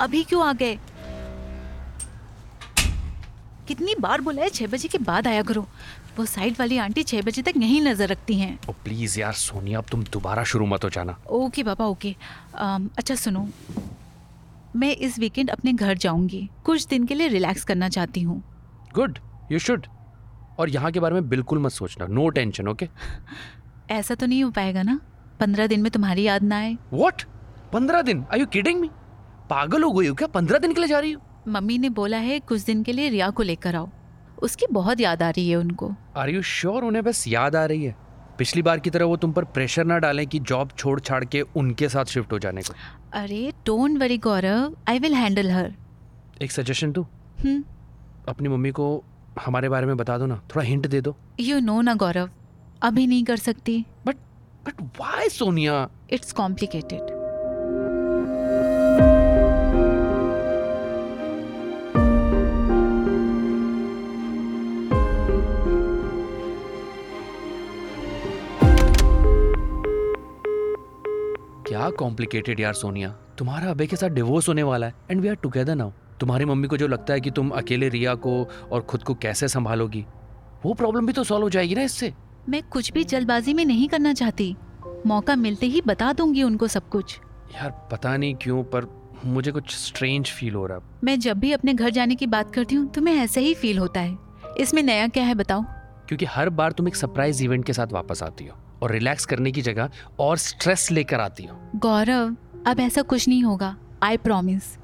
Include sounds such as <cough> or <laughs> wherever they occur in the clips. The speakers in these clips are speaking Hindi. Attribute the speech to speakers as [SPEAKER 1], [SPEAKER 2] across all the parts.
[SPEAKER 1] अभी क्यों आ गए कितनी बार बोला है छह बजे के बाद आया करो वो साइड वाली आंटी छह बजे तक नहीं नजर रखती हैं
[SPEAKER 2] ओ प्लीज Oh, यार सोनिया अब तुम दोबारा शुरू मत हो जाना
[SPEAKER 1] ओके पापा ओके अम, अच्छा सुनो मैं इस वीकेंड अपने घर जाऊंगी कुछ दिन के लिए रिलैक्स करना चाहती हूँ
[SPEAKER 2] गुड यू शुड और यहाँ के बारे में बिल्कुल मत सोचना नो टेंशन ओके
[SPEAKER 1] ऐसा तो नहीं हो पाएगा ना पंद्रह दिन में तुम्हारी याद ना आए
[SPEAKER 2] व्हाट पंद्रह दिन आर यू किडिंग मी पागल हो गई हो क्या पंद्रह दिन के लिए जा रही हो
[SPEAKER 1] मम्मी ने बोला है कुछ दिन के लिए रिया को लेकर आओ उसकी बहुत याद आ रही है उनको
[SPEAKER 2] आर यू श्योर उन्हें बस याद आ रही है पिछली बार की तरह वो तुम पर प्रेशर ना डालें कि जॉब छोड़ छाड़ के उनके साथ शिफ्ट हो जाने को
[SPEAKER 1] अरे don't worry Gaurav I will handle her
[SPEAKER 2] एक सजेशन दो
[SPEAKER 1] हम्म
[SPEAKER 2] अपनी मम्मी को हमारे बारे में बता दो ना थोड़ा हिंट दे दो
[SPEAKER 1] यू नो ना गौरव अभी नहीं कर सकती
[SPEAKER 2] but but why Sonia
[SPEAKER 1] it's complicated
[SPEAKER 2] क्या कॉम्प्लिकेटेड यार सोनिया तुम्हारा अबे के साथ डिवोर्स होने वाला है and we are together now तुम्हारी मम्मी को जो लगता है कि तुम अकेले रिया को और खुद को कैसे संभालोगी वो प्रॉब्लम भी तो सॉल्व हो जाएगी ना इससे
[SPEAKER 1] मैं कुछ भी जल्दबाजी में नहीं करना चाहती मौका मिलते ही बता दूंगी उनको सब कुछ
[SPEAKER 2] यार पता नहीं क्यों पर मुझे कुछ स्ट्रेंज फील हो रहा है।
[SPEAKER 1] मैं जब भी अपने घर जाने की बात करती हूँ तुम्हें ऐसे ही फील होता है इसमें नया क्या है बताओ
[SPEAKER 2] क्योंकि हर बार तुम एक सरप्राइज इवेंट के साथ वापस आती हो और रिलैक्स करने की जगह और स्ट्रेस लेकर आती हो
[SPEAKER 1] गौरव अब ऐसा कुछ नहीं होगा आई प्रॉमिस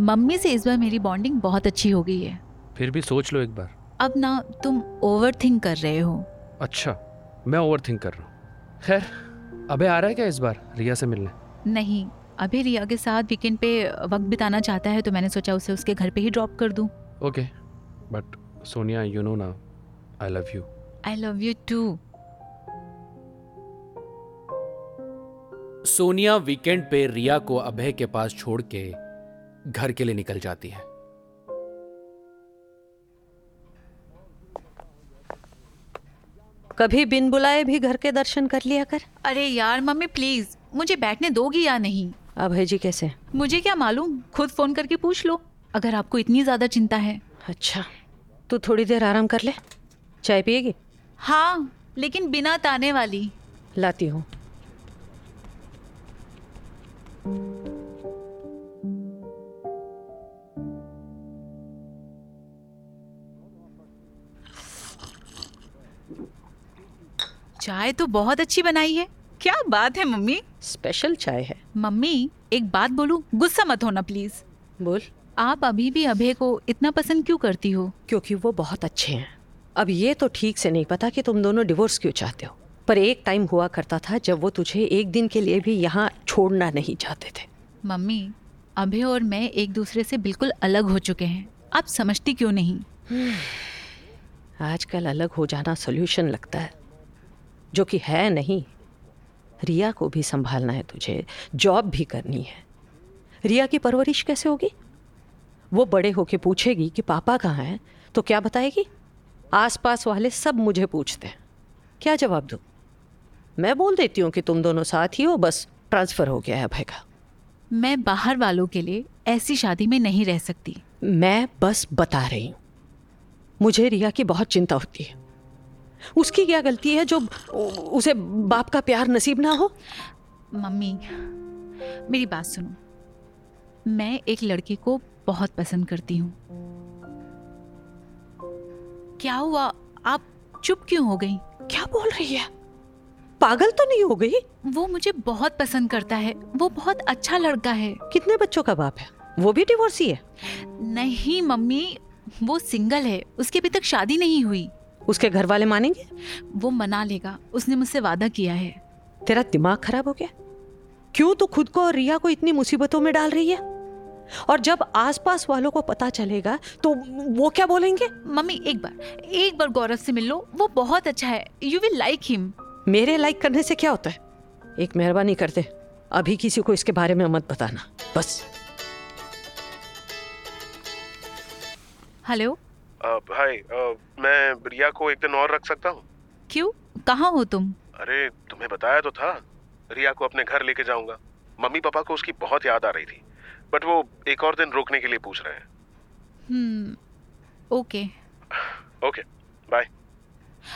[SPEAKER 1] मम्मी से इस बार मेरी बॉन्डिंग बहुत अच्छी हो गई है
[SPEAKER 2] फिर भी सोच लो एक बार
[SPEAKER 1] अब ना तुम ओवर थिंक कर रहे हो
[SPEAKER 2] अच्छा मैं ओवर थिंक कर रहा हूँ खैर अबे आ रहा है क्या इस बार रिया से मिलने
[SPEAKER 1] नहीं अभी रिया के साथ वीकेंड पे वक्त बिताना चाहता है तो मैंने सोचा उसे उसके घर पे ही ड्रॉप कर दूं
[SPEAKER 2] okay but Sonia you know ना I love you
[SPEAKER 1] I love you too
[SPEAKER 3] Sonia weekend पे रिया को अभय के पास छोड़ के घर के लिए निकल जाती है
[SPEAKER 4] कभी बिन बुलाए भी घर के दर्शन कर लिया कर
[SPEAKER 1] अरे यार मम्मी प्लीज मुझे बैठने दोगी या नहीं
[SPEAKER 4] अभय जी कैसे
[SPEAKER 1] मुझे क्या मालूम खुद फोन करके पूछ लो अगर आपको इतनी ज्यादा चिंता है
[SPEAKER 4] अच्छा तू थोड़ी देर आराम कर ले चाय पिएगी
[SPEAKER 1] हाँ लेकिन बिना ताने वाली
[SPEAKER 4] लाती हूँ
[SPEAKER 1] चाय तो बहुत अच्छी बनाई है क्या बात है मम्मी
[SPEAKER 4] स्पेशल चाय है
[SPEAKER 1] मम्मी एक बात बोलूं गुस्सा मत होना प्लीज
[SPEAKER 4] बोल
[SPEAKER 1] आप अभी भी अभय को इतना पसंद क्यों करती हो
[SPEAKER 4] क्योंकि वो बहुत अच्छे हैं अब ये तो ठीक से नहीं पता कि तुम दोनों डिवोर्स क्यों चाहते हो पर एक टाइम हुआ करता था जब वो तुझे एक दिन के लिए भी यहाँ छोड़ना नहीं चाहते थे
[SPEAKER 1] मम्मी अभय और मैं एक दूसरे से बिल्कुल अलग हो चुके हैं आप समझती क्यों नहीं
[SPEAKER 4] आजकल अलग हो जाना सोल्यूशन लगता है जो कि है नहीं रिया को भी संभालना है तुझे जॉब भी करनी है रिया की परवरिश कैसे होगी वो बड़े होके पूछेगी कि पापा कहाँ हैं तो क्या बताएगी आसपास वाले सब मुझे पूछते हैं क्या जवाब दूँ मैं बोल देती हूँ कि तुम दोनों साथ ही हो बस ट्रांसफ़र हो गया है अभय का
[SPEAKER 1] मैं बाहर वालों के लिए ऐसी शादी में नहीं रह सकती
[SPEAKER 4] मैं बस बता रही हूँ मुझे रिया की बहुत चिंता होती है उसकी क्या गलती है जो उसे बाप का प्यार नसीब ना हो
[SPEAKER 1] मम्मी मेरी बात सुनो मैं एक लड़के को बहुत पसंद करती हूँ क्या हुआ आप चुप क्यों हो गई
[SPEAKER 4] क्या बोल रही है पागल तो नहीं हो गई
[SPEAKER 1] वो मुझे बहुत पसंद करता है वो बहुत अच्छा लड़का है
[SPEAKER 4] कितने बच्चों का बाप है वो भी डिवोर्स ही है
[SPEAKER 1] नहीं मम्मी वो सिंगल है उसकी अभी तक शादी नहीं हुई
[SPEAKER 4] उसके घर वाले मानेंगे
[SPEAKER 1] वो मना लेगा उसने मुझसे वादा किया है
[SPEAKER 4] तेरा दिमाग खराब हो गया क्यों तू खुद को और रिया को इतनी मुसीबतों में डाल रही है और जब आसपास वालों को पता चलेगा तो वो क्या बोलेंगे
[SPEAKER 1] मम्मी एक बार एक बार गौरव से मिल लो वो बहुत अच्छा है यू विल लाइक हिम
[SPEAKER 4] मेरे लाइक करने से क्या होता है एक मेहरबानी कर दे अभी किसी को इसके बारे में मत बताना बस
[SPEAKER 1] हेलो
[SPEAKER 5] अ, भाई अ, मैं रिया को एक दिन और रख सकता हूँ
[SPEAKER 1] क्यों कहाँ हो तुम
[SPEAKER 5] अरे तुम्हें बताया तो था रिया को अपने घर लेके जाऊंगा मम्मी पापा को उसकी बहुत याद आ रही थी बट वो एक और दिन रोकने के लिए पूछ रहे हैं
[SPEAKER 1] हम्म ओके
[SPEAKER 5] ओके बाय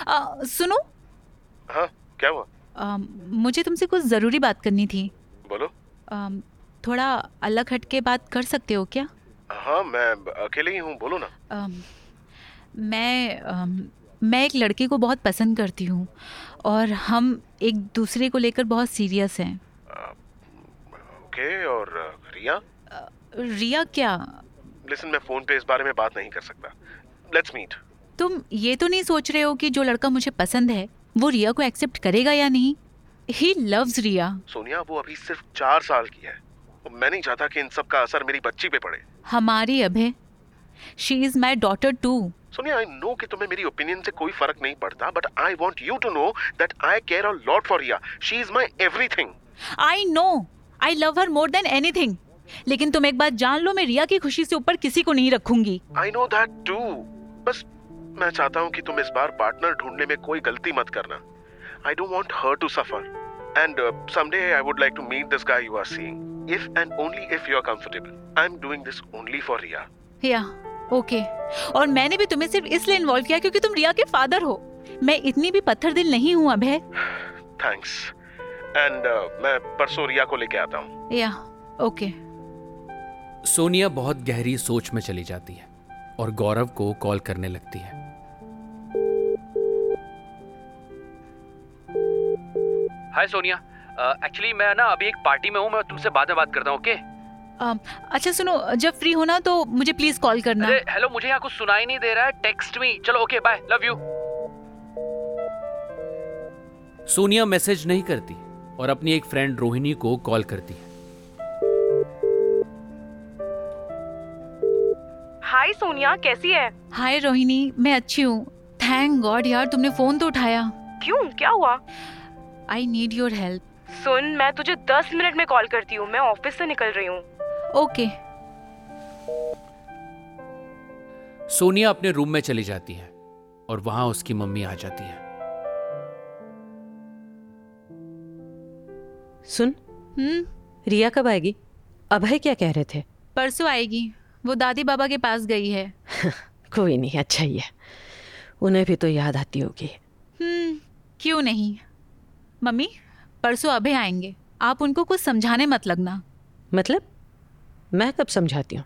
[SPEAKER 1] आ, सुनो
[SPEAKER 5] हाँ क्या हुआ
[SPEAKER 1] आ, मुझे तुमसे कुछ ज़रूरी बात करनी थी
[SPEAKER 5] बोलो
[SPEAKER 1] आ, थोड़ा अलग हट के बात कर सकते हो क्या
[SPEAKER 5] हाँ मैं अकेले ही हूँ बोलो ना
[SPEAKER 1] अम, मैं अम, मैं एक लड़के को बहुत पसंद करती हूँ और हम एक दूसरे को लेकर बहुत सीरियस हैं
[SPEAKER 5] अ, ओके और अ, रिया
[SPEAKER 1] रिया क्या
[SPEAKER 5] लिसन मैं फ़ोन पे इस बारे में बात नहीं कर सकता लेट्स मीट
[SPEAKER 1] तुम ये तो नहीं सोच रहे हो कि जो लड़का मुझे पसंद है वो रिया को एक्सेप्ट करेगा या नहीं ही लव्स रिया
[SPEAKER 5] सोनिया वो अभी सिर्फ चार साल की है मैं नहीं चाहता कि इन सब का असर मेरी बच्ची पे पड़े
[SPEAKER 1] हमारी Abhay she is my daughter too
[SPEAKER 5] Sonia I know कि तुम्हें मेरी ओपिनियन से कोई फर्क नहीं पड़ता but I want you to know that I care a lot for Riya she is my everything
[SPEAKER 1] I know I love her more than anything लेकिन तुम एक बात जान लो मैं रिया की खुशी से ऊपर किसी को नहीं रखूंगी
[SPEAKER 5] आई नो दैट टू बस मैं चाहता हूँ कि तुम इस बार पार्टनर ढूंढने में कोई गलती मत करना I don't want her to suffer and someday I would like to meet this guy you are seeing if and only if you are comfortable I am doing this only for Riya
[SPEAKER 1] या ओके और मैंने भी तुम्हें सिर्फ इसलिए इन्वॉल्व किया क्योंकि तुम रिया के फादर हो मैं इतनी भी पत्थर दिल नहीं हूँ अभय
[SPEAKER 5] थैंक्स एंड uh, मैं परसों रिया को लेके आता हूँ
[SPEAKER 1] या ओके
[SPEAKER 2] सोनिया बहुत गहरी सोच में चली जाती है और गौरव को कॉल करने लगती है
[SPEAKER 6] हाय सोनिया एक्चुअली मैं ना अभी एक पार्टी में हूँ मैं तुमसे बाद में बात करता हूँ ओके
[SPEAKER 1] अम, अच्छा सुनो जब फ्री हो ना तो मुझे प्लीज कॉल करना
[SPEAKER 6] अरे हेलो मुझे यहाँ कुछ सुनाई नहीं दे रहा है टेक्स्ट मी चलो okay bye love you
[SPEAKER 2] Sonia message नहीं करती और अपनी एक फ्रेंड रोहिणी को कॉल करती है
[SPEAKER 7] हाय सोनिया कैसी है
[SPEAKER 1] हाय रोहिणी मैं अच्छी हूँ थैंक गॉड यार तुमने फोन तो उठाया
[SPEAKER 7] क्यों क्या हुआ
[SPEAKER 1] आई नीड योर हेल्प
[SPEAKER 7] सुन मैं तुझे 10 मिनट में कॉल करती हूँ मैं ऑफिस से निकल रही हूँ
[SPEAKER 1] ओके
[SPEAKER 2] सोनिया अपने रूम में चली जाती है और वहां उसकी मम्मी आ जाती है
[SPEAKER 4] सुन
[SPEAKER 1] हम्म
[SPEAKER 4] रिया कब आएगी अभय क्या कह रहे थे
[SPEAKER 1] परसों आएगी वो दादी बाबा के पास गई है
[SPEAKER 4] कोई नहीं अच्छा ही है उन्हें भी तो याद आती होगी
[SPEAKER 1] हम्म क्यों नहीं मम्मी परसों अभय आएंगे आप उनको कुछ समझाने मत लगना
[SPEAKER 4] मतलब मैं कब समझाती हूँ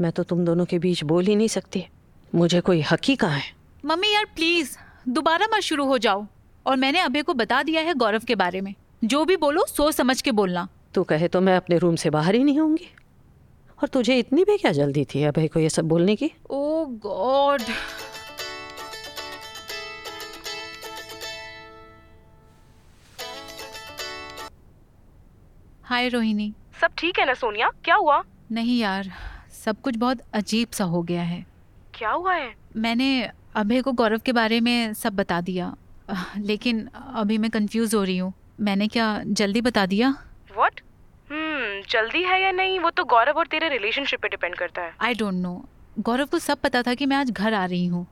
[SPEAKER 4] मैं तो तुम दोनों के बीच बोल ही नहीं सकती मुझे कोई हक ही कहाँ है
[SPEAKER 1] मम्मी यार प्लीज दोबारा मत शुरू हो जाओ और मैंने अभय को बता दिया है गौरव के बारे में जो भी बोलो सोच समझ के बोलना
[SPEAKER 4] तू कहे तो मैं अपने रूम से बाहर ही नहीं होंगी और तुझे इतनी भी क्या जल्दी थी अभय को ये सब बोलने की <laughs>
[SPEAKER 1] ओ गॉड हाय रोहिणी
[SPEAKER 7] सब ठीक है ना सोनिया क्या हुआ
[SPEAKER 1] नहीं यार सब कुछ बहुत अजीब सा हो गया है
[SPEAKER 7] क्या हुआ है
[SPEAKER 1] मैंने अभय को गौरव के बारे में सब बता दिया अह, लेकिन अभी मैं कंफ्यूज हो रही हूँ मैंने क्या जल्दी बता दिया
[SPEAKER 7] व्हाट हम्म जल्दी है या नहीं वो तो गौरव और तेरे रिलेशनशिप पे डिपेंड करता है
[SPEAKER 1] आई डोंट नो गौरव को सब पता था कि मैं आज घर आ रही हूँ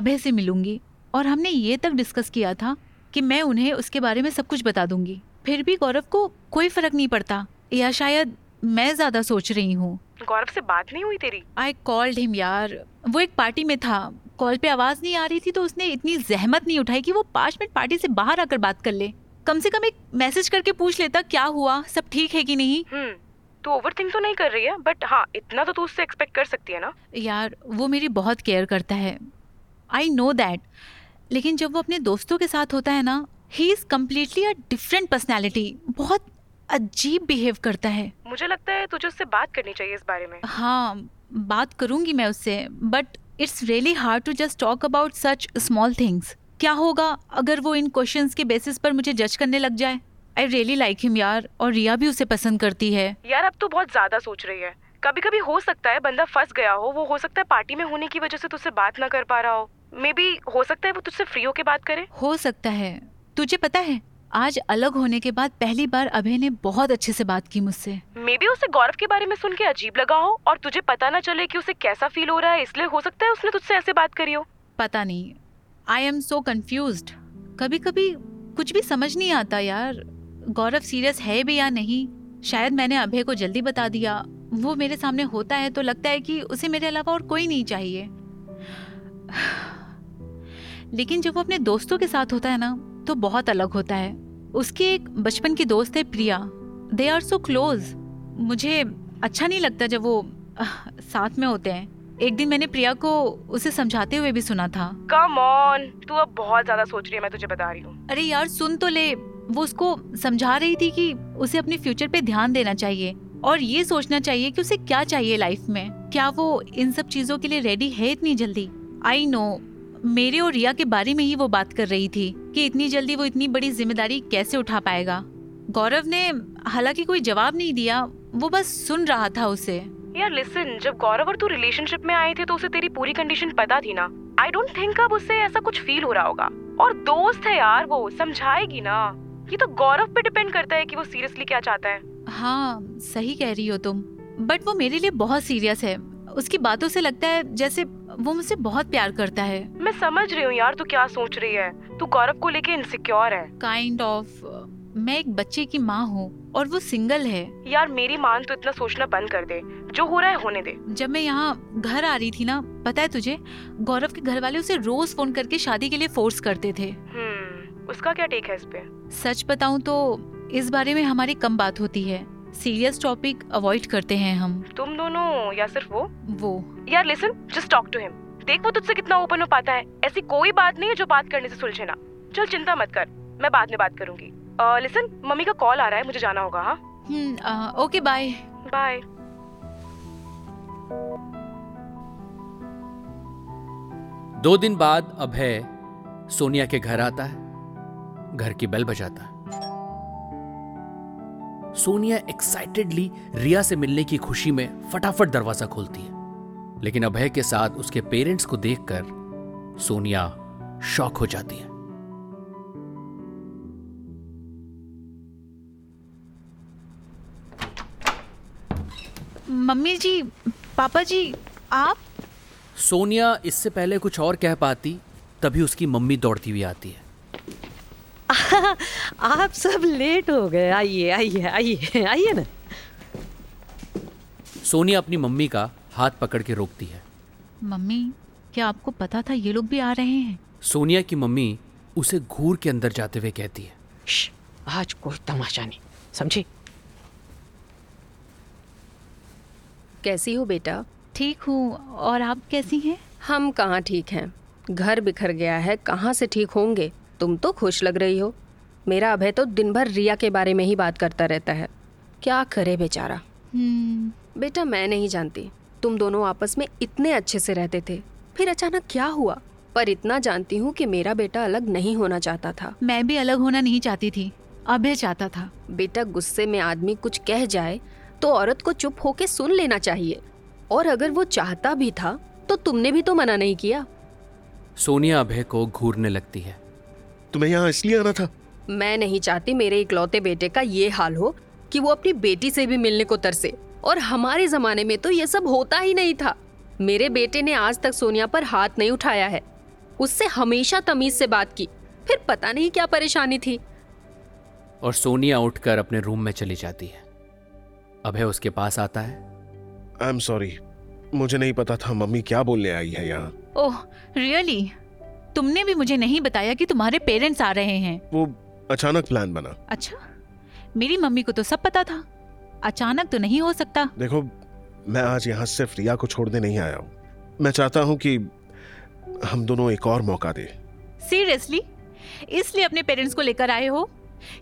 [SPEAKER 1] अभय से मिलूंगी और हमने ये तक डिस्कस किया था कि मैं उन्हें उसके बारे में सब कुछ बता दूंगी फिर भी गौरव को कोई फ़र्क नहीं पड़ता या शायद मैं ज़्यादा सोच रही हूँ
[SPEAKER 7] गौरव से बात नहीं हुई तेरी
[SPEAKER 1] आई कॉल्ड हिम यार वो एक पार्टी में था कॉल पे आवाज़ नहीं आ रही थी तो उसने इतनी जहमत नहीं उठाई कि वो पाँच मिनट पार्टी से बाहर आकर बात कर ले कम से कम एक मैसेज करके पूछ लेता क्या हुआ सब ठीक है कि नहीं
[SPEAKER 7] हम्म तू ओवर थिंक तो नहीं कर रही है बट हाँ इतना तो तू उससे एक्सपेक्ट कर सकती है ना
[SPEAKER 1] यार वो मेरी बहुत केयर करता है आई नो दैट लेकिन जब वो अपने दोस्तों के साथ होता है ना ही is completely a different personality बहुत अजीब बिहेव करता है
[SPEAKER 7] मुझे लगता है तुझे उससे बात करनी चाहिए इस बारे में
[SPEAKER 1] हाँ बात करूंगी मैं उससे but it's really hard to just talk about such small things क्या होगा अगर वो इन क्वेश्चंस के बेसिस पर मुझे जज करने लग जाए आई रियली लाइक हिम यार और रिया भी उसे पसंद करती है
[SPEAKER 7] यार अब तू बहुत ज्यादा सोच रही है कभी कभी हो सकता है बंदा फंस गया हो वो हो सकता है पार्टी में होने की वजह से तुझसे बात ना कर पा रहा हो मे बी हो सकता है वो तुझसे फ्री होके बात करे
[SPEAKER 1] हो सकता है तुझे पता है आज अलग होने के बाद पहली बार अभय ने बहुत अच्छे से बात की मुझसे
[SPEAKER 7] मे बी उसे गौरव के बारे में सुन के अजीब लगा हो और तुझे पता ना चले कि उसे कैसा फील हो रहा है इसलिए हो सकता है उसने तुझसे ऐसे बात करी हो
[SPEAKER 1] पता नहीं आई एम सो कंफ्यूज कभी कभी कुछ भी समझ नहीं आता यार गौरव सीरियस है भी या नहीं शायद मैंने अभय को जल्दी बता दिया वो मेरे सामने होता है तो लगता है कि उसे मेरे अलावा और कोई नहीं चाहिए लेकिन जब वो अपने दोस्तों के साथ होता है ना तो बहुत अलग होता है उसकी एक बचपन की दोस्त है Priya they are so close मुझे अच्छा नहीं लगता जब वो आह, साथ में होते हैं एक दिन मैंने प्रिया को उसे समझाते हुए भी सुना था
[SPEAKER 7] कम ऑन तू अब बहुत ज्यादा सोच रही है मैं तुझे बता रही हूँ
[SPEAKER 1] अरे यार सुन तो ले वो उसको समझा रही थी कि उसे अपने फ्यूचर पे ध्यान देना चाहिए और ये सोचना चाहिए कि उसे क्या चाहिए लाइफ में क्या वो इन सब चीजों के लिए रेडी है इतनी जल्दी आई नो मेरे और रिया के बारे में ही वो बात कर रही थी कि इतनी जल्दी वो इतनी बड़ी जिम्मेदारी कैसे उठा पाएगा गौरव ने हालांकि कोई जवाब नहीं दिया वो बस सुन रहा था उसे
[SPEAKER 7] यार लिसन जब गौरव और तू रिलेशनशिप में आए थे तो उसे तेरी पूरी कंडीशन पता थी ना आई डोंट थिंक अब उसे ऐसा कुछ फील हो रहा होगा और दोस्त है यार वो समझाएगी ना ये तो गौरव पे डिपेंड करता है कि वो सीरियसली क्या चाहता है
[SPEAKER 1] हाँ सही कह रही हो तुम बट वो मेरे लिए बहुत सीरियस है उसकी बातों से लगता है जैसे वो मुझसे बहुत प्यार करता है
[SPEAKER 7] मैं समझ रही हूँ यार तू क्या सोच रही है तू गौरव को लेके इनसिक्योर है
[SPEAKER 1] काइंड ऑफ मैं एक बच्चे की माँ हूँ और वो सिंगल है
[SPEAKER 7] यार मेरी मान तो इतना सोचना बंद कर दे जो हो रहा है होने दे
[SPEAKER 1] जब मैं यहाँ घर आ रही थी ना पता है तुझे गौरव के घर वाले उसे रोज फोन करके शादी के लिए फोर्स करते थे
[SPEAKER 7] हम्म उसका क्या टेक है इस पे
[SPEAKER 1] सच बताऊँ तो इस बारे में हमारी कम बात होती है सीरियस टॉपिक अवॉइड करते हैं हम
[SPEAKER 7] तुम दोनों या सिर्फ वो
[SPEAKER 1] वो
[SPEAKER 7] यार listen just talk to him देख वो तुझसे कितना ओपन हो पाता है ऐसी कोई बात नहीं है जो बात करने से सुलझे ना चल चिंता मत कर मैं बाद में बात करूंगी लिसन मम्मी का कॉल आ रहा है मुझे जाना होगा हाँ
[SPEAKER 1] हम्म, आ, ओके बाय
[SPEAKER 7] बाय
[SPEAKER 2] दो दिन बाद अभय सोनिया के घर आता है घर की बेल बजाता है सोनिया एक्साइटेडली रिया से मिलने की खुशी में फटाफट दरवाजा खोलती है लेकिन अभय के साथ उसके पेरेंट्स को देखकर सोनिया शॉक हो जाती है
[SPEAKER 1] मम्मी जी पापा जी आप
[SPEAKER 2] सोनिया इससे पहले कुछ और कह पाती तभी उसकी मम्मी दौड़ती हुई आती है
[SPEAKER 4] आप सब लेट हो गए आइए आइए आइए आइए ना
[SPEAKER 2] सोनिया अपनी मम्मी का हाथ पकड़ के रोकती है
[SPEAKER 1] मम्मी क्या आपको पता था ये लोग भी आ रहे हैं
[SPEAKER 2] सोनिया की मम्मी उसे घूर के अंदर जाते हुए कहती है
[SPEAKER 4] श्श, आज कोई तमाशा नहीं समझे
[SPEAKER 8] कैसी हो बेटा
[SPEAKER 1] ठीक हूँ और आप कैसी हैं
[SPEAKER 8] हम कहाँ ठीक हैं घर बिखर गया है कहाँ से ठीक होंगे तुम तो खुश लग रही हो मेरा अभय तो दिन भर रिया के बारे में ही बात करता रहता है क्या करे बेचारा
[SPEAKER 1] हम्म,
[SPEAKER 8] बेटा मैं नहीं जानती तुम दोनों आपस में इतने अच्छे से रहते थे फिर अचानक क्या हुआ पर इतना जानती हूँ कि मेरा बेटा अलग नहीं होना चाहता था
[SPEAKER 1] मैं भी अलग होना नहीं चाहती थी अभय चाहता था
[SPEAKER 8] बेटा गुस्से में आदमी कुछ कह जाए तो औरत को चुप होके सुन लेना चाहिए और अगर वो चाहता भी था तो तुमने भी तो मना नहीं किया
[SPEAKER 2] सोनिया अभय को घूरने लगती है
[SPEAKER 5] तुम्हें यहाँ इसलिए आना था
[SPEAKER 8] मैं नहीं चाहती मेरे इकलौते बेटे का ये हाल हो कि वो अपनी बेटी से भी मिलने को तरसे और हमारे जमाने में तो ये सब होता ही नहीं था मेरे बेटे ने आज तक सोनिया पर हाथ नहीं उठाया है उससे हमेशा तमीज से बात की फिर पता नहीं क्या परेशानी थी
[SPEAKER 2] और सोनिया उठकर अपने रूम में चली जाती है अभय उसके पास आता है
[SPEAKER 5] आई एम सॉरी मुझे नहीं पता था मम्मी क्या बोलने आई है यहाँ
[SPEAKER 1] ओह रियली तुमने भी मुझे नहीं बताया कि तुम्हारे पेरेंट्स आ रहे हैं
[SPEAKER 5] वो अचानक प्लान बना
[SPEAKER 1] अच्छा मेरी मम्मी को तो सब पता था अचानक तो नहीं हो सकता
[SPEAKER 5] देखो मैं आज यहाँ सिर्फ रिया को छोड़ने नहीं आया हूँ मैं चाहता हूँ कि हम दोनों एक और मौका दें
[SPEAKER 1] सीरियसली इसलिए अपने पेरेंट्स को लेकर आए हो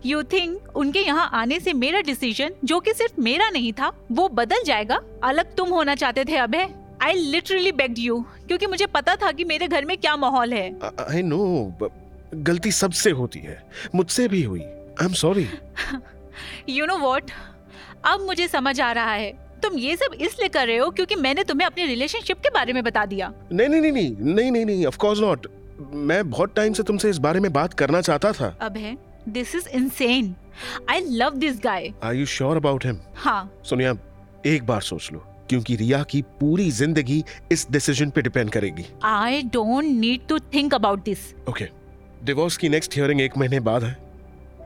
[SPEAKER 1] यू थिंक उनके यहाँ आने से मेरा डिसीजन जो कि सिर्फ मेरा नहीं था वो बदल जाएगा अलग तुम होना चाहते थे Abhay I literally begged you क्योंकि मुझे पता था कि मेरे घर में क्या माहौल है
[SPEAKER 5] आई नो गलती सबसे होती है मुझसे भी हुई I am sorry
[SPEAKER 1] you know what अब मुझे समझ आ रहा है तुम ये सब इसलिए कर रहे हो क्योंकि मैंने तुम्हें अपने रिलेशनशिप के बारे में बता दिया
[SPEAKER 5] नहीं नहीं नहीं नहीं नहीं नहीं नहीं ऑफ कोर्स नॉट मैं बहुत टाइम से तुमसे इस बारे में बात करना चाहता था
[SPEAKER 1] अब है this is insane I love this guy
[SPEAKER 5] are you sure about him
[SPEAKER 1] हाँ
[SPEAKER 5] सोनिया एक बार सोच लो क्योंकि रिया की पूरी जिंदगी इस डिसीजन पे डिपेंड करेगी
[SPEAKER 1] I don't need to think about this
[SPEAKER 5] okay divorce की नेक्स्ट हियरिंग एक महीने बाद है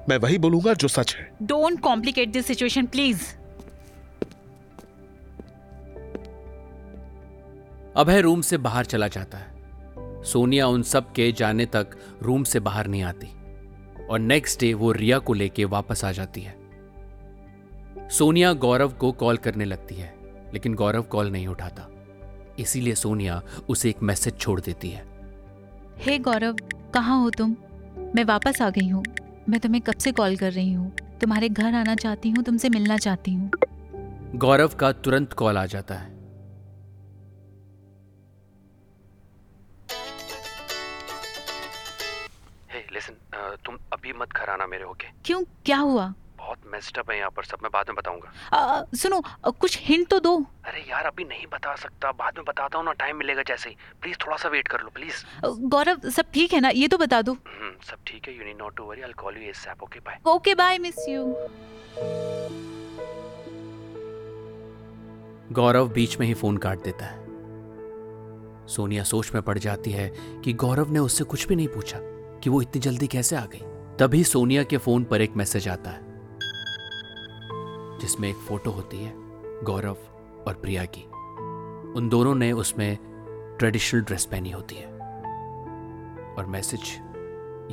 [SPEAKER 5] मैं वही बोलूंगा जो सच है
[SPEAKER 1] don't complicate this situation please
[SPEAKER 2] Abhay room से बाहर चला जाता है सोनिया उन सब के जाने तक रूम से बाहर नहीं आती और नेक्स्ट डे वो रिया को लेके वापस आ जाती है सोनिया गौरव को कॉल करने लगती है लेकिन गौरव कॉल नहीं उठाता इसीलिए सोनिया उसे एक मैसेज छोड़ देती है
[SPEAKER 1] हे गौरव कहाँ हो तुम मैं वापस आ गई हूँ मैं तुम्हें कब से कॉल कर रही हूँ तुम्हारे घर आना चाहती हूँ तुमसे मिलना चाहती हूँ
[SPEAKER 2] गौरव का तुरंत कॉल आ जाता है
[SPEAKER 6] हे लिसन uh, तुम अभी मत घर आना मेरे होके
[SPEAKER 1] क्यों क्या हुआ
[SPEAKER 6] बहुत मेस्ड अप है यहाँ पर सब मैं बाद में बताऊंगा
[SPEAKER 1] आ, सुनो आ, कुछ हिंट तो दो
[SPEAKER 6] अरे यार अभी नहीं बता सकता बाद में बताता हूँ ना टाइम मिलेगा जैसे ही प्लीज थोड़ा सा वेट कर लो प्लीज
[SPEAKER 1] आ, गौरव सब ठीक है ना ये तो बता दो
[SPEAKER 6] सब ठीक है you need not to worry I call you ASAP okay bye
[SPEAKER 1] okay bye miss you
[SPEAKER 2] Gaurav बीच में ही फोन काट देता है सोनिया सोच में पड़ जाती है कि गौरव ने उससे कुछ भी नहीं पूछा कि वो इतनी जल्दी कैसे आ गई तभी सोनिया के फोन पर एक मैसेज आता है जिसमें एक फोटो होती है गौरव और प्रिया की उन दोनों ने उसमें ट्रेडिशनल ड्रेस पहनी होती है और मैसेज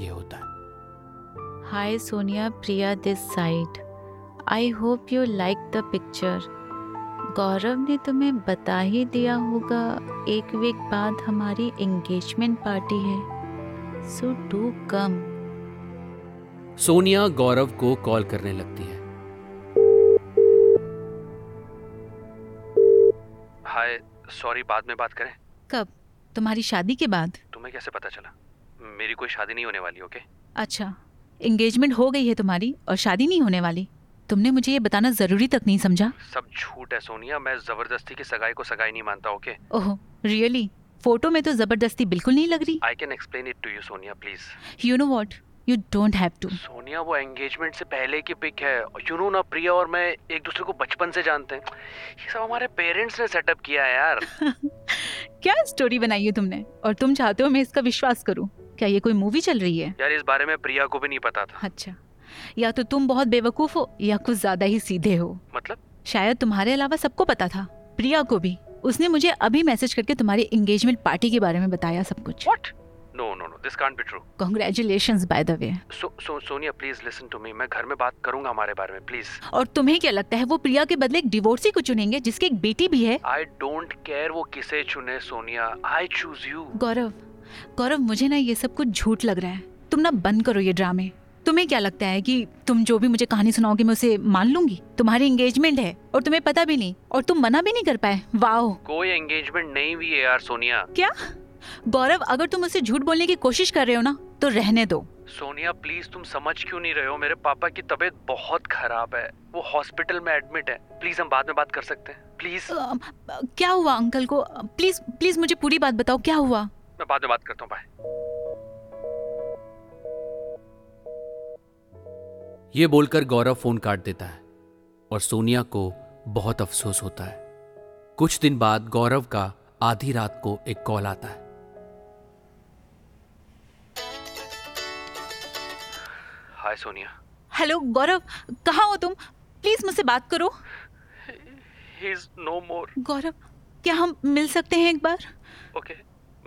[SPEAKER 2] ये होता है
[SPEAKER 1] Hi Sonia Priya this side. I hope you like the picture. गौरव ने तुम्हें बता ही दिया होगा एक वीक बाद हमारी एंगेजमेंट पार्टी है so do come
[SPEAKER 2] Sonia Gaurav को कॉल करने लगती है
[SPEAKER 6] हाय सॉरी बाद में बात करें
[SPEAKER 1] कब तुम्हारी शादी के बाद
[SPEAKER 6] तुम्हें कैसे पता चला मेरी कोई शादी नहीं होने वाली ओके
[SPEAKER 1] अच्छा एंगेजमेंट हो गई है तुम्हारी और शादी नहीं होने वाली तुमने मुझे ये बताना ज़रूरी तक नहीं समझा
[SPEAKER 6] सब झूठ है सोनिया मैं जबरदस्ती की सगाई को सगाई नहीं मानता ओके
[SPEAKER 1] ओह रियली फोटो में तो ज़बरदस्ती बिल्कुल नहीं लग रही
[SPEAKER 6] I can explain it to you Sonia please
[SPEAKER 1] you know what you don't have to
[SPEAKER 6] Sonia वो एंगेजमेंट से पहले की पिक है यू नो ना प्रिया और मैं एक दूसरे को बचपन से जानते हैं ये सब हमारे पेरेंट्स ने सेटअप किया है यार
[SPEAKER 1] क्या स्टोरी बनाई है तुमने और तुम चाहते हो मैं इसका विश्वास करूं क्या ये कोई मूवी चल रही है
[SPEAKER 6] यार इस बारे में प्रिया को भी नहीं पता था
[SPEAKER 1] अच्छा या तो तुम बहुत बेवकूफ हो या कुछ ज्यादा ही सीधे हो
[SPEAKER 6] मतलब
[SPEAKER 1] शायद तुम्हारे अलावा सबको पता था प्रिया को भी उसने मुझे अभी मैसेज करके तुम्हारी एंगेजमेंट पार्टी के बारे में बताया सब कुछ
[SPEAKER 6] what no no no this can't be true
[SPEAKER 1] congratulation by the way
[SPEAKER 6] so so Sonia please listen to me मैं घर में बात करूंगा हमारे बारे में प्लीज
[SPEAKER 1] और तुम्हें क्या लगता है वो प्रिया के बदले एक डिवोर्सी को चुनेंगे जिसकी एक बेटी भी है
[SPEAKER 6] आई डोंट केयर वो किसे चुने Sonia I choose you
[SPEAKER 1] Gaurav Gaurav मुझे ना ये सब कुछ झूठ लग रहा है तुम ना बंद करो ये ड्रामे तुम्हें क्या लगता है कि तुम जो भी मुझे कहानी सुनाओगे मैं उसे मान लूंगी तुम्हारी एंगेजमेंट है और तुम्हें पता भी नहीं और तुम मना भी नहीं कर पाए वाओ
[SPEAKER 6] कोई एंगेजमेंट नहीं हुई है यार सोनिया
[SPEAKER 1] क्या गौरव अगर तुम उसे झूठ बोलने की कोशिश कर रहे हो ना तो रहने दो
[SPEAKER 6] सोनिया प्लीज तुम समझ क्यों नहीं रहे हो मेरे पापा की तबीयत बहुत खराब है वो हॉस्पिटल में एडमिट है प्लीज हम बाद में बात कर सकते हैं प्लीज
[SPEAKER 1] अम, अ, क्या हुआ अंकल को प्लीज प्लीज मुझे पूरी बात बताओ क्या हुआ
[SPEAKER 6] मैं बाद में बात करता हूँ बाय
[SPEAKER 2] ये बोलकर गौरव फोन काट देता है और सोनिया को बहुत अफसोस होता है कुछ दिन बाद गौरव का आधी रात को एक कॉल आता है
[SPEAKER 6] हाय सोनिया
[SPEAKER 1] हेलो गौरव कहाँ हो तुम प्लीज मुझसे बात करो
[SPEAKER 6] he is no more
[SPEAKER 1] Gaurav क्या हम मिल सकते हैं एक बार
[SPEAKER 6] ओके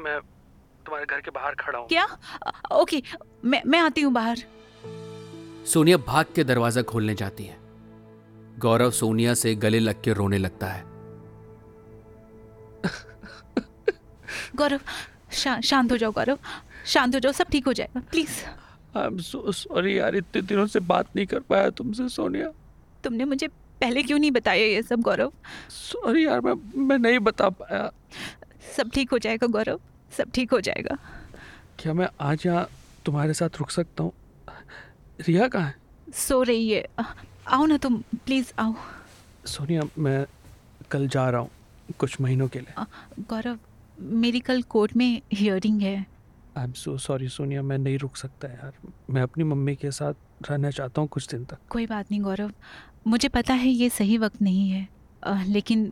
[SPEAKER 6] मैं तुम्हारे घर के बाहर खड़ा हूँ
[SPEAKER 1] क्या ओके मैं मैं आती हूँ बाहर
[SPEAKER 2] सोनिया भाग के दरवाजा खोलने जाती है गौरव सोनिया से गले लग के रोने लगता है
[SPEAKER 1] गौरव शा, शांत हो जाओ गौरव शांत हो जाओ सब ठीक हो जाएगा please
[SPEAKER 6] I am so sorry यार इतने दिनों से बात नहीं कर पाया तुमसे सोनिया
[SPEAKER 1] तुमने मुझे पहले क्यों नहीं बताया ये सब गौरव
[SPEAKER 6] सॉरी यार मैं मैं नहीं बता पाया
[SPEAKER 1] सब ठीक हो जाएगा गौरव सब ठीक हो जाएगा
[SPEAKER 6] क्या मैं आज यहाँ तुम्हारे साथ रुक सकता हूँ रिया कहाँ है
[SPEAKER 1] सो रही है आओ ना तुम प्लीज आओ
[SPEAKER 6] सोनिया मैं कल जा रहा हूँ कुछ महीनों के लिए
[SPEAKER 1] गौरव मेरी कल कोर्ट में हियरिंग है
[SPEAKER 6] I am so sorry Sonia मैं नहीं रुक सकता यार मैं अपनी मम्मी के साथ रहना चाहता हूँ कुछ दिन तक
[SPEAKER 1] कोई बात नहीं गौरव मुझे पता है ये सही वक्त नहीं है अ, लेकिन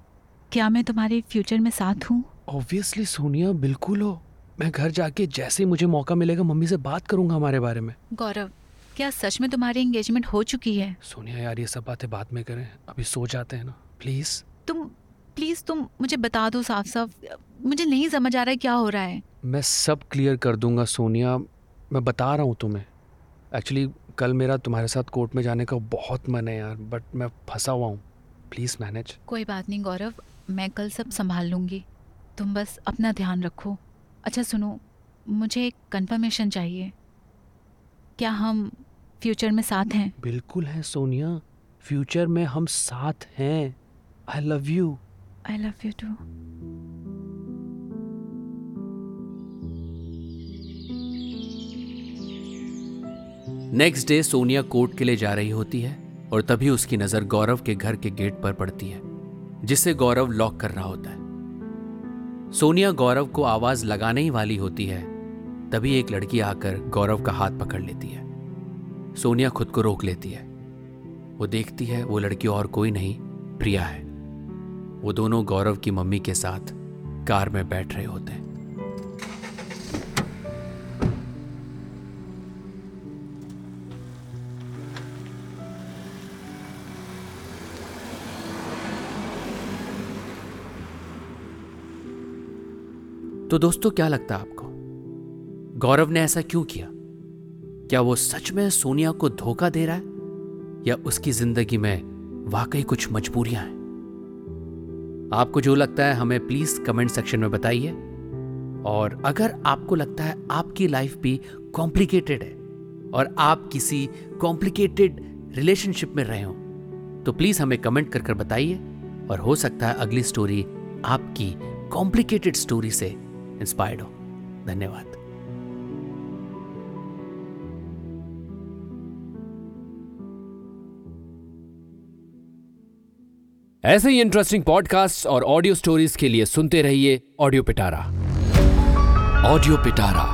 [SPEAKER 1] क्या मैं तुम्हारे फ्यूचर में साथ हूँ
[SPEAKER 6] ऑब्वियसली सोनिया बिल्कुल हो मैं घर जाके जैसे ही मुझे मौका मिलेगा मम्मी से बात करूंगा हमारे बारे में
[SPEAKER 1] गौरव क्या सच में तुम्हारी एंगेजमेंट हो चुकी है
[SPEAKER 6] सोनिया यार ये सब बातें बाद में करें अभी सो जाते हैं ना प्लीज़
[SPEAKER 1] तुम प्लीज़ तुम मुझे बता दो साफ साफ मुझे नहीं समझ आ रहा है क्या हो रहा है
[SPEAKER 6] मैं सब क्लियर कर दूंगा सोनिया मैं बता रहा हूँ तुम्हें एक्चुअली कल मेरा तुम्हारे साथ कोर्ट में जाने का बहुत मन है यार बट मैं फंसा हुआ हूँ प्लीज़ मैनेज
[SPEAKER 1] कोई बात नहीं गौरव मैं कल सब संभाल लूँगी तुम बस अपना ध्यान रखो अच्छा सुनो मुझे एक कंफर्मेशन चाहिए क्या हम फ्यूचर में साथ हैं
[SPEAKER 6] बिल्कुल है सोनिया फ्यूचर में हम साथ हैं I love you
[SPEAKER 1] I love you too
[SPEAKER 2] next day Sonia court के लिए जा रही होती है और तभी उसकी नजर गौरव के घर के गेट पर पड़ती है जिसे गौरव लॉक कर रहा होता है सोनिया गौरव को आवाज लगाने ही वाली होती है तभी एक लड़की आकर गौरव का हाथ पकड़ लेती है सोनिया खुद को रोक लेती है वो देखती है वो लड़की और कोई नहीं प्रिया है वो दोनों गौरव की मम्मी के साथ कार में बैठ रहे होते हैं तो दोस्तों क्या लगता है आपको गौरव ने ऐसा क्यों किया क्या वो सच में सोनिया को धोखा दे रहा है या उसकी जिंदगी में वाकई कुछ मजबूरियां हैं आपको जो लगता है हमें प्लीज कमेंट सेक्शन में बताइए और अगर आपको लगता है आपकी लाइफ भी कॉम्प्लिकेटेड है और आप किसी कॉम्प्लिकेटेड रिलेशनशिप में रहे हो तो प्लीज हमें कमेंट कर कर बताइए और हो सकता है अगली स्टोरी आपकी कॉम्प्लिकेटेड स्टोरी से इंस्पायर्ड हो धन्यवाद
[SPEAKER 9] ऐसे ही इंटरेस्टिंग पॉडकास्ट और ऑडियो स्टोरीज के लिए सुनते रहिए ऑडियो पिटारा
[SPEAKER 2] ऑडियो पिटारा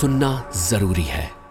[SPEAKER 2] सुनना जरूरी है